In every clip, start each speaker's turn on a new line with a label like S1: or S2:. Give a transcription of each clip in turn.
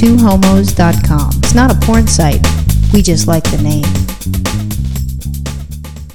S1: twohomos.com. It's not a porn site. We just like the name.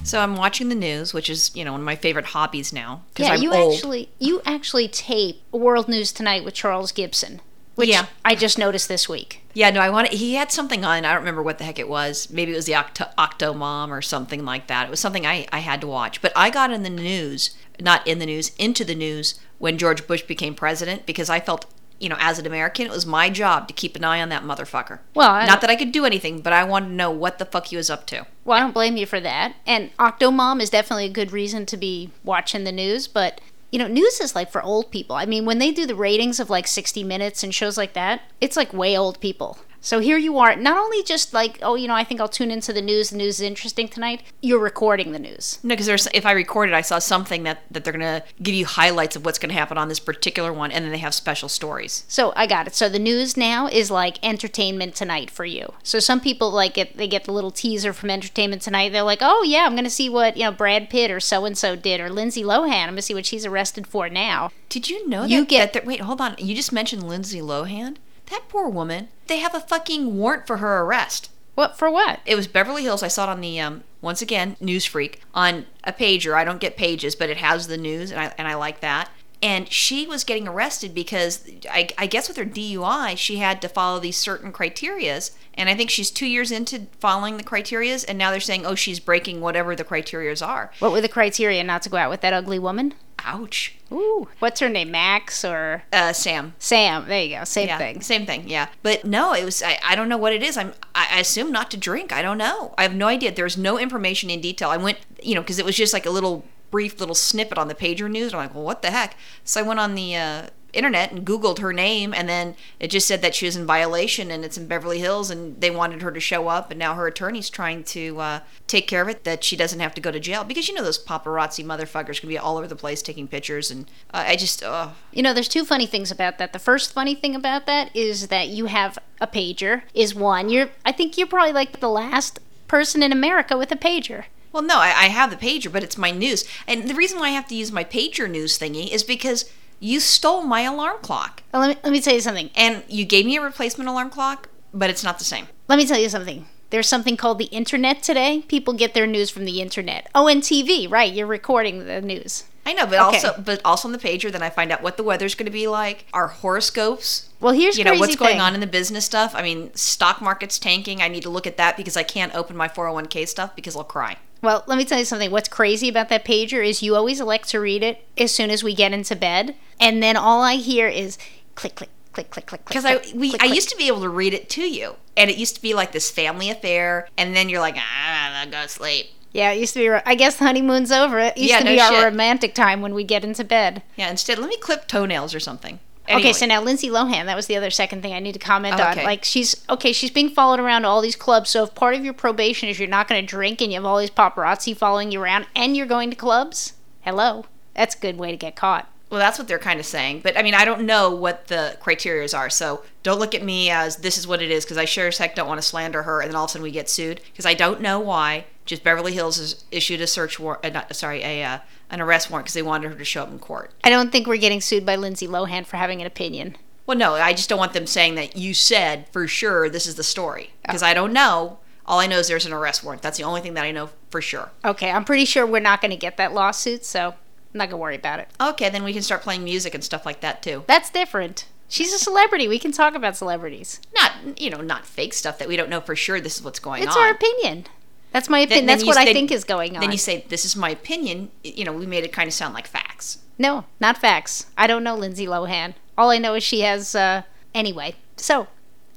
S2: So I'm watching the news, which is you know one of my favorite hobbies now. 'cause
S3: Yeah,
S2: I'm
S3: you
S2: old.
S3: actually you actually tape World News Tonight with Charles Gibson, which
S2: Yeah.
S3: I just noticed this week.
S2: Yeah, no, I want. He had something on. I don't remember what the heck it was. Maybe it was the Octo, Octo Mom or something like that. It was something I I had to watch. But I got in the news, not in the news, into the news when George Bush became president because I felt. You know, as an American, it was my job to keep an eye on that motherfucker.
S3: Well, I
S2: not
S3: don't-
S2: that I could do anything, but I wanted to know what the fuck he was up to.
S3: Well, I don't blame you for that. And Octomom is definitely a good reason to be watching the news, but you know, news is like for old people. I mean, when they do the ratings of like 60 Minutes and shows like that, it's like way old people. So here you are, not only just like, oh, you know, I think I'll tune into the news. The news is interesting tonight. You're recording the news.
S2: No, because there's if I recorded, I saw something that that they're gonna give you highlights of what's gonna happen on this particular one, and then they have special stories.
S3: So I got it. So the news now is like entertainment tonight for you. So some people like get they get the little teaser from entertainment tonight. They're like, oh yeah, I'm going to see what you know Brad Pitt or so and so did or Lindsay Lohan. I'm going to see what she's arrested for now.
S2: Did you know
S3: You
S2: that,
S3: get-
S2: that there- wait, hold on. You just mentioned Lindsay Lohan. That poor woman. They have a fucking warrant for her arrest.
S3: What for what?
S2: It was Beverly Hills. I saw it on the um once again News Freak on a pager. I don't get pages, but it has the news, and I and I like that. And she was getting arrested because I, I guess with her DUI, she had to follow these certain criterias. And I think she's two years into following the criterias, and now they're saying, oh, she's breaking whatever the criterias are.
S3: What were the criteria not to go out with that ugly woman?
S2: Ouch.
S3: Ooh, what's her name? Max or
S2: Uh, Sam,
S3: Sam? There you go. Same
S2: Yeah,
S3: thing.
S2: Same thing. Yeah, but no, it was. I, I don't know what it is. I'm. I, I assume not to drink. I don't know. I have no idea. There's no information in detail. I went, you know, because it was just like a little brief little snippet on the pager news. I'm like, well, what the heck? So I went on the uh, internet and Googled her name, and then it just said that she was in violation, and it's in Beverly Hills, and they wanted her to show up, and now her attorney's trying to uh, take care of it that she doesn't have to go to jail because you know those paparazzi motherfuckers can be all over the place taking pictures, and uh, I just, uh,
S3: You know, there's two funny things about that. The first funny thing about that is that you have a pager. Is one you're? I think you're probably like the last person in America with a pager.
S2: Well, no, I, I have the pager, but it's my news. And the reason why I have to use my pager news thingy is because you stole my alarm clock.
S3: Well, let me let me tell you something.
S2: And you gave me a replacement alarm clock, but it's not the same.
S3: Let me tell you something. There's something called the internet today. People get their news from the internet. Oh, and TV, right? You're recording the news.
S2: I know, but
S3: Okay.
S2: also but also on the pager then I find out what the weather's going to be like, our horoscopes,
S3: Well, here's
S2: you know,
S3: crazy
S2: what's going
S3: thing.
S2: on in the business stuff. I mean, stock market's tanking. I need to look at that because I can't open my 401k stuff because I'll cry.
S3: Well, let me tell you something. What's crazy about that pager is you always elect to read it as soon as we get into bed, and then all I hear is click, click, click, click, click.
S2: Because I we I used to be able to read it to you. And it used to be like this family affair and then you're like, "Ah, I'm going to sleep."
S3: yeah, it used to be. I guess the honeymoon's over. It used
S2: Yeah,
S3: to
S2: no
S3: be
S2: shit.
S3: our romantic time when we get into bed.
S2: Yeah, instead, let me clip toenails or something.
S3: Okay,
S2: Anyway. Oh,
S3: so now Lindsay Lohan, that was the other second thing I need to comment on.
S2: Okay.
S3: Like she's okay, she's being followed around to all these clubs. So if part of your probation is you're not going to drink and you have all these paparazzi following you around and you're going to clubs, hello, that's a good way to get caught.
S2: well, that's what they're kind of saying. But I mean, I don't know what the criterias are, so don't look at me as this is what it is because I sure as heck don't want to slander her, and then all of a sudden we get sued because I don't know why. Just Beverly Hills has issued a search warrant, uh, not, sorry, a uh, an arrest warrant because they wanted her to show up in court.
S3: I don't think we're getting sued by Lindsay Lohan for having an opinion.
S2: Well, no, I just don't want them saying that you said for sure this is the story because I don't know. All I know is there's an arrest warrant. That's the only thing that I know for sure.
S3: Okay, I'm pretty sure we're not going to get that lawsuit, so I'm not going to worry about it.
S2: Okay, then we can start playing music and stuff like that too.
S3: That's different. She's a celebrity. We can talk about celebrities.
S2: Not you know, not fake stuff that we don't know for sure. This is what's going
S3: It's
S2: on.
S3: our opinion. That's my opinion.
S2: then
S3: That's
S2: you-
S3: what I
S2: then-
S3: think is going on.
S2: then you say this is my opinion you know we made it kind of sound like facts
S3: No, not facts. I don't know Lindsay Lohan. All I know is she has, uh, anyway. So,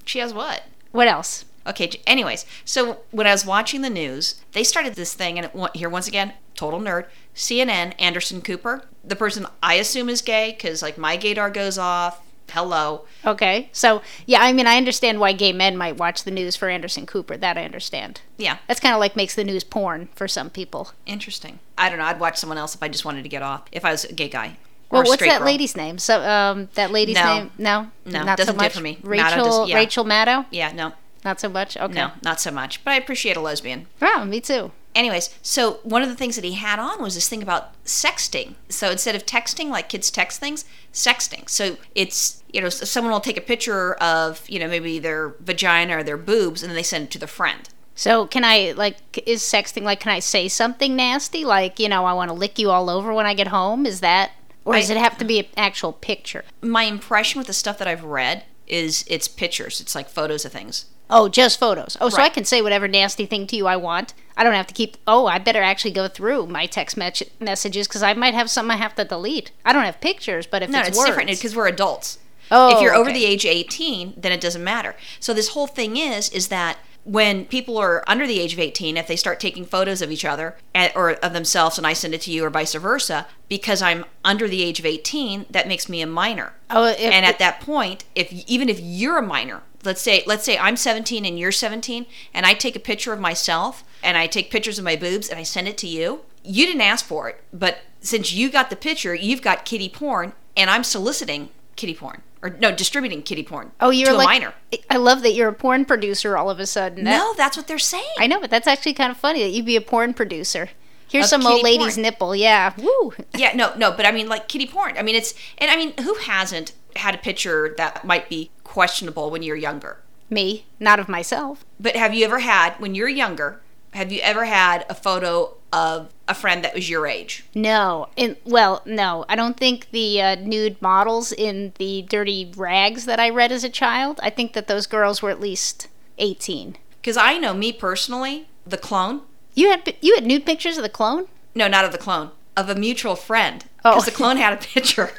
S2: she has what
S3: what else?
S2: okay j- anyways so when i was watching the news they started this thing and it, wa- here once again total nerd cnn anderson cooper the person i assume is gay because like my gaydar goes off hello
S3: Okay. So, yeah, I mean, I understand why gay men might watch the news for Anderson Cooper. That I understand.
S2: yeah
S3: That's kind of like makes the news porn for some people.
S2: interesting i don't know i'd watch someone else if i just wanted to get off if i was a gay guy or
S3: Well,
S2: a
S3: what's
S2: straight
S3: that
S2: girl.
S3: lady's name? So, um, that lady's
S2: No.
S3: name? No,
S2: No,
S3: not
S2: doesn't
S3: so
S2: do it
S3: much
S2: for me. Maddow
S3: Rachel,
S2: does- yeah.
S3: Rachel Maddow.
S2: yeah no
S3: Not so much. Okay.
S2: no not so much but i appreciate a lesbian
S3: Yeah, me too.
S2: Anyways, so one of the things that he had on was this thing about sexting. So instead of texting, like kids text things, sexting. So it's, you know, s- someone will take a picture of, you know, maybe their vagina or their boobs and then they send it to their friend.
S3: So can I like is sexting like can I say something nasty like you know I want to lick you all over when I get home? Is that or does
S2: I-
S3: it have to be an actual picture?
S2: My impression with the stuff that I've read is it's pictures, it's like photos of things.
S3: Oh, just photos. Oh, so I
S2: Right.
S3: can say whatever nasty thing to you I want. I don't have to keep. Oh, I better actually go through my text match messages because I might have some I have to delete. I don't have pictures, but if
S2: No,
S3: it's,
S2: it's,
S3: words,
S2: different because we're adults.
S3: Oh,
S2: if you're over
S3: okay.
S2: the age of 18, then it doesn't matter. So this whole thing is is that when people are under the age of 18, if they start taking photos of each other eh, or of themselves and I send it to you or vice versa, because I'm under the age of 18, that makes me a minor.
S3: Oh, if-
S2: and at that point, if even if you're a minor, let's say let's say I'm 17 and you're 17 and I take a picture of myself and I take pictures of my boobs and I send it to you, you didn't ask for it, but since you got the picture, you've got kitty porn and I'm soliciting kitty porn or no, distributing kitty porn.
S3: Oh, you're
S2: to
S3: like
S2: a minor.
S3: I love that you're a porn producer all of a sudden. That-
S2: No, that's what they're saying.
S3: I know, but that's actually kind of funny that you'd be a porn producer. Here's
S2: Of
S3: some old
S2: kitty
S3: lady's
S2: porn.
S3: nipple. Yeah, woo.
S2: yeah, no, no, but I mean like kitty porn. I mean it's and I mean who hasn't had a picture that might be questionable when you're younger?
S3: Me, not of myself.
S2: But have you ever had, when you're younger, have you ever had a photo of a friend that was your age?
S3: No, in, well, no, I don't think the uh, nude models in the dirty rags that I read as a child. I think that those girls were at least eighteen.
S2: Because I know me personally, the clone,
S3: You had pi- you had nude pictures of the clone.
S2: no, not of the clone, of a mutual friend.
S3: Oh.
S2: Because the clone had a picture.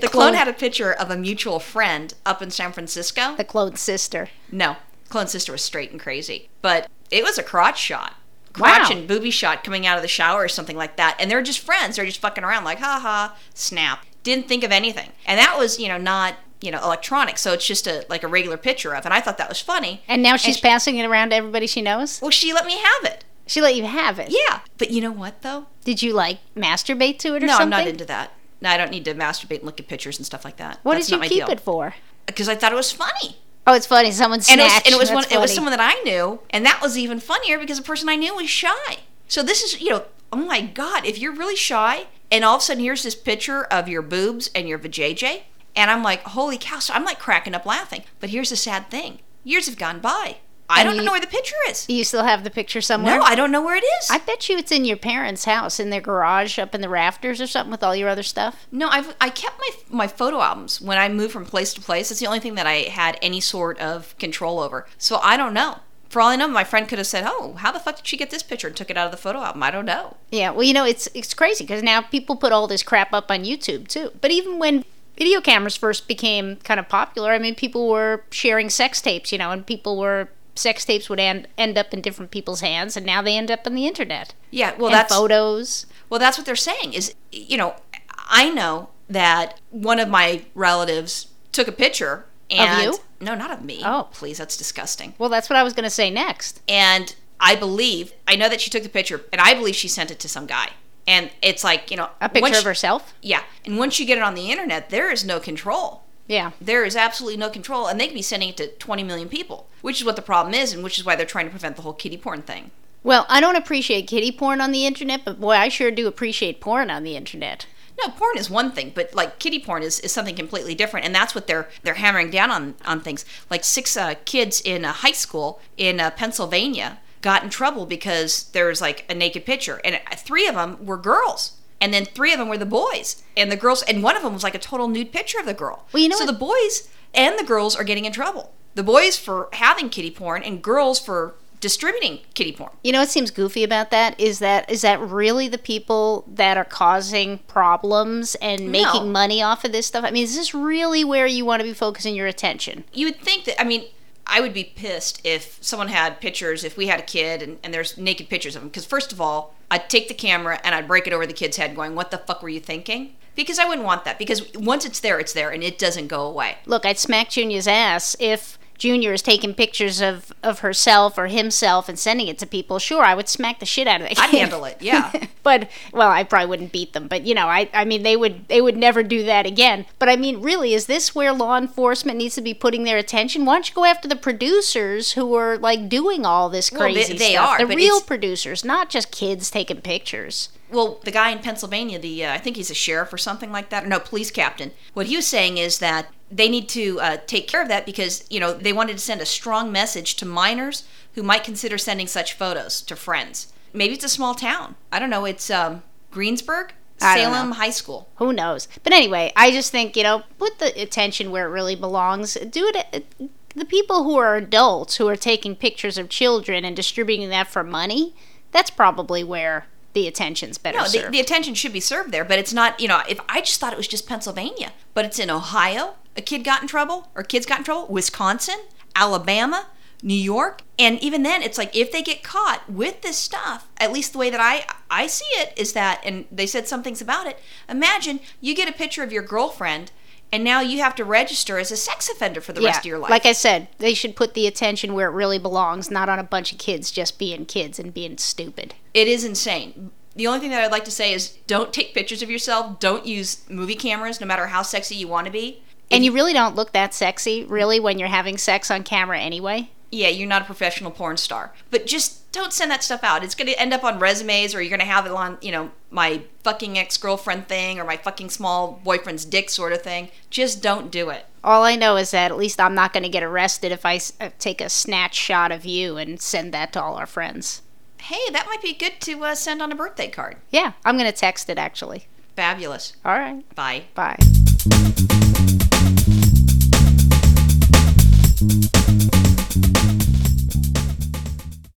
S2: The, clone.
S3: clone.
S2: had a picture of a mutual friend up in San Francisco.
S3: The clone sister.
S2: No, clone's sister was straight and crazy, but it was a crotch shot. Crotch
S3: Wow.
S2: and booby shot coming out of the shower or something like that. And they're just friends. They're just fucking around like, ha ha, snap. Didn't think of anything. And that was, you know, not, you know, electronic. So it's just a like a regular picture of. And I thought that was funny.
S3: And now she's
S2: she-
S3: passing it around to everybody she knows.
S2: Well, she let me have it.
S3: She let you have it.
S2: Yeah. But you know what, though?
S3: Did you like masturbate to it or
S2: No, I'm
S3: something?
S2: not into that. No, I don't need to masturbate and look at pictures and stuff like that.
S3: What
S2: That's
S3: did
S2: not
S3: you
S2: my
S3: keep
S2: deal.
S3: it for?
S2: Because I thought it was funny.
S3: Oh, it's funny. Someone
S2: and it was,
S3: snatched.
S2: and it was one,
S3: That's
S2: it was
S3: funny.
S2: someone that I knew, and that was even funnier because the person I knew was shy. So this is, you know, oh my god, if you're really shy, and all of a sudden here's this picture of your boobs and your vajayjay, and I'm like, holy cow! So I'm like cracking up laughing. But here's the sad thing: years have gone by. I
S3: And
S2: don't
S3: you-
S2: know where the picture is.
S3: Do you still have the picture somewhere?
S2: No, I don't know where it is.
S3: I bet you it's in your parents' house, in their garage, up in the rafters or something with all your other stuff.
S2: No, I've I kept my my photo albums when I moved from place to place. It's the only thing that I had any sort of control over. So I don't know. For all I know, my friend could have said, "Oh, how the fuck did she get this picture?" and took it out of the photo album. I don't know.
S3: Yeah, well, you know, it's it's crazy because now people put all this crap up on YouTube too. But even when video cameras first became kind of popular, I mean, people were sharing sex tapes, you know, and people were sex tapes would end end up in different people's hands, and now they end up on the internet
S2: Yeah, well,
S3: and
S2: that's
S3: photos.
S2: well, that's what they're saying is, you know, I know that one of my relatives took a picture and
S3: you?
S2: no, not of me.
S3: Oh.
S2: please, that's disgusting.
S3: Well, that's what I was going to say next.
S2: and I believe I know that she took the picture, and I believe she sent it to some guy. And it's like you know
S3: A picture
S2: once-
S3: of herself.
S2: Yeah, and once you get it on the internet, there is no control.
S3: Yeah.
S2: There is absolutely no control, and they could be sending it to 20 million people, which is what the problem is, and which is why they're trying to prevent the whole kitty porn thing.
S3: Well, I don't appreciate kitty porn on the internet, but boy, I sure do appreciate porn on the internet.
S2: No, porn is one thing, but like kitty porn is, is something completely different, and that's what they're they're hammering down on on things. Like six uh, kids in a high school in uh, Pennsylvania got in trouble because there was like a naked picture, and uh, three of them were girls, and then three of them were the boys, and the girls, and one of them was like a total nude picture of the girl.
S3: Well, you know
S2: so
S3: what-
S2: the boys and the girls are getting in trouble. The boys for having kitty porn, and girls for distributing kitty porn.
S3: You know what seems goofy about that is that is that really the people that are causing problems and making money off of this stuff? I mean, is this really where you want to be focusing your attention?
S2: you would think that I mean I would be pissed if someone had pictures if we had a kid and, and there's naked pictures of him because first of all I'd take the camera and I'd break it over the kid's head going what the fuck were you thinking because I wouldn't want that because once it's there it's there and it doesn't go away
S3: Look, I'd smack Junior's ass if Junior is taking pictures of of herself or himself and sending it to people, sure, I would smack the shit out of that.
S2: I'd
S3: kid.
S2: handle it. Yeah.
S3: but well, I probably wouldn't beat them, but you know, I I mean they would they would never do that again. But I mean, really, is this where law enforcement needs to be putting their attention? Why don't you go after the producers who are like doing all this
S2: Well,
S3: crazy
S2: they- they
S3: stuff?
S2: are,
S3: the
S2: but
S3: real
S2: it's-
S3: producers, not just kids taking pictures.
S2: Well, the guy in Pennsylvania, the uh, I think he's a sheriff or something like that, or no, police captain. What he was saying is that they need to uh, take care of that because you know they wanted to send a strong message to minors who might consider sending such photos to friends. Maybe it's a small town. I don't know. It's um, Greensburg,
S3: I don't
S2: Salem
S3: know.
S2: High School.
S3: who knows but anyway i just think you know put the attention where it really belongs do it uh, the people who are adults who are taking pictures of children and distributing that for money that's probably where the attention's better
S2: No, the,
S3: served.
S2: the attention should be served there, but it's not. You know, if I just thought it was just Pennsylvania, but it's in Ohio. A kid got in trouble, or kids got in trouble. Wisconsin, Alabama, New York, and even then, it's like if they get caught with this stuff, at least the way that I I see it is that, and they said some things about it. Imagine you get a picture of your girlfriend, and now you have to register as a sex offender for the rest of your life.
S3: like i said they should put the attention where it really belongs not on a bunch of kids just being kids and being stupid
S2: it is insane. The only thing that I'd like to say is don't take pictures of yourself. Don't use movie cameras, no matter how sexy you want to be.
S3: and you really don't look that sexy really when you're having sex on camera anyway
S2: yeah, you're not a professional porn star, but just don't send that stuff out. It's going to end up on resumes, or you're going to have it on, you know, my fucking ex girlfriend thing, or my fucking small boyfriend's dick sort of thing. Just don't do it.
S3: All I know is that at least I'm not going to get arrested if I s- uh, take a snatch shot of you and send that to all our friends.
S2: Hey, that might be good to uh, send on a birthday card.
S3: Yeah, I'm going to text it actually.
S2: Fabulous.
S3: All right,
S2: Bye.
S3: bye.